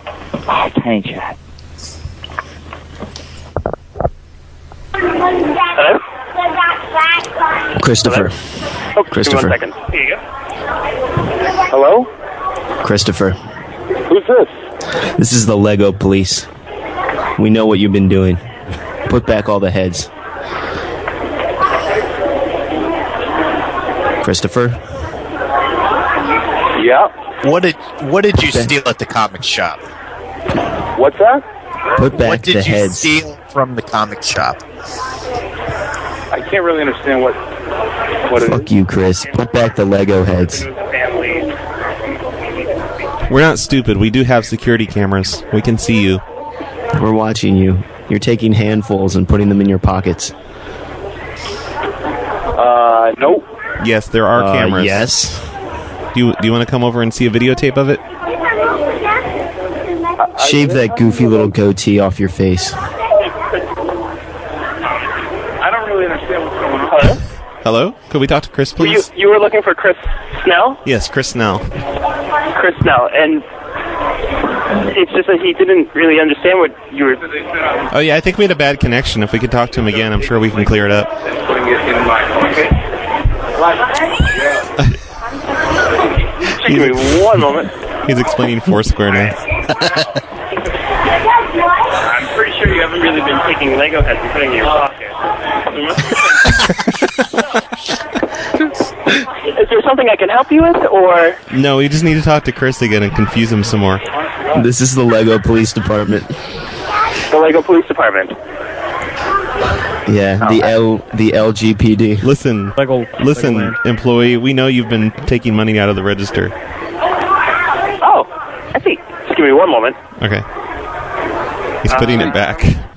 Oh, pain shot. Hello? Christopher. Oh, give me Christopher. One second. Here you go. Hello? Christopher. Who's this? This is the Lego police. We know what you've been doing. Put back all the heads. Christopher, Yeah. What did What did you Okay. steal at the comic shop? What's that? put back what did the you heads. steal from the comic shop? I can't really understand what what it Fuck you, Chris. Put back the Lego heads. Family. We're not stupid. We do have security cameras. We can see you. We're watching you. You're taking handfuls and putting them in your pockets. Uh, nope. Yes, there are Uh, cameras. yes. Do you, do you want to come over and see a videotape of it? Shave that goofy little goatee off your face. I don't really understand what's going on. Hello? Hello? Could we talk to Chris, You, please? you were looking for Chris Snell? Yes, Chris Snell. Chris Snell, and it's just that he didn't really understand what you were. Oh, yeah, I think we had a bad connection. If we could talk to him again, I'm sure we can clear it up. Putting it in my pocket. Just Give me one moment. He's explaining Foursquare now. I'm pretty sure you haven't really been taking Lego heads and putting in your pocket. Is there something I can help you with, or No, we just need to talk to Chris again and confuse him some more. This is the Lego police department. the Lego Police Department? Yeah, the L the LGPD. Listen, Lego. listen, Legoland. employee, we know you've been taking money out of the register. Oh, I see. Just give me one moment. Okay. He's putting it back.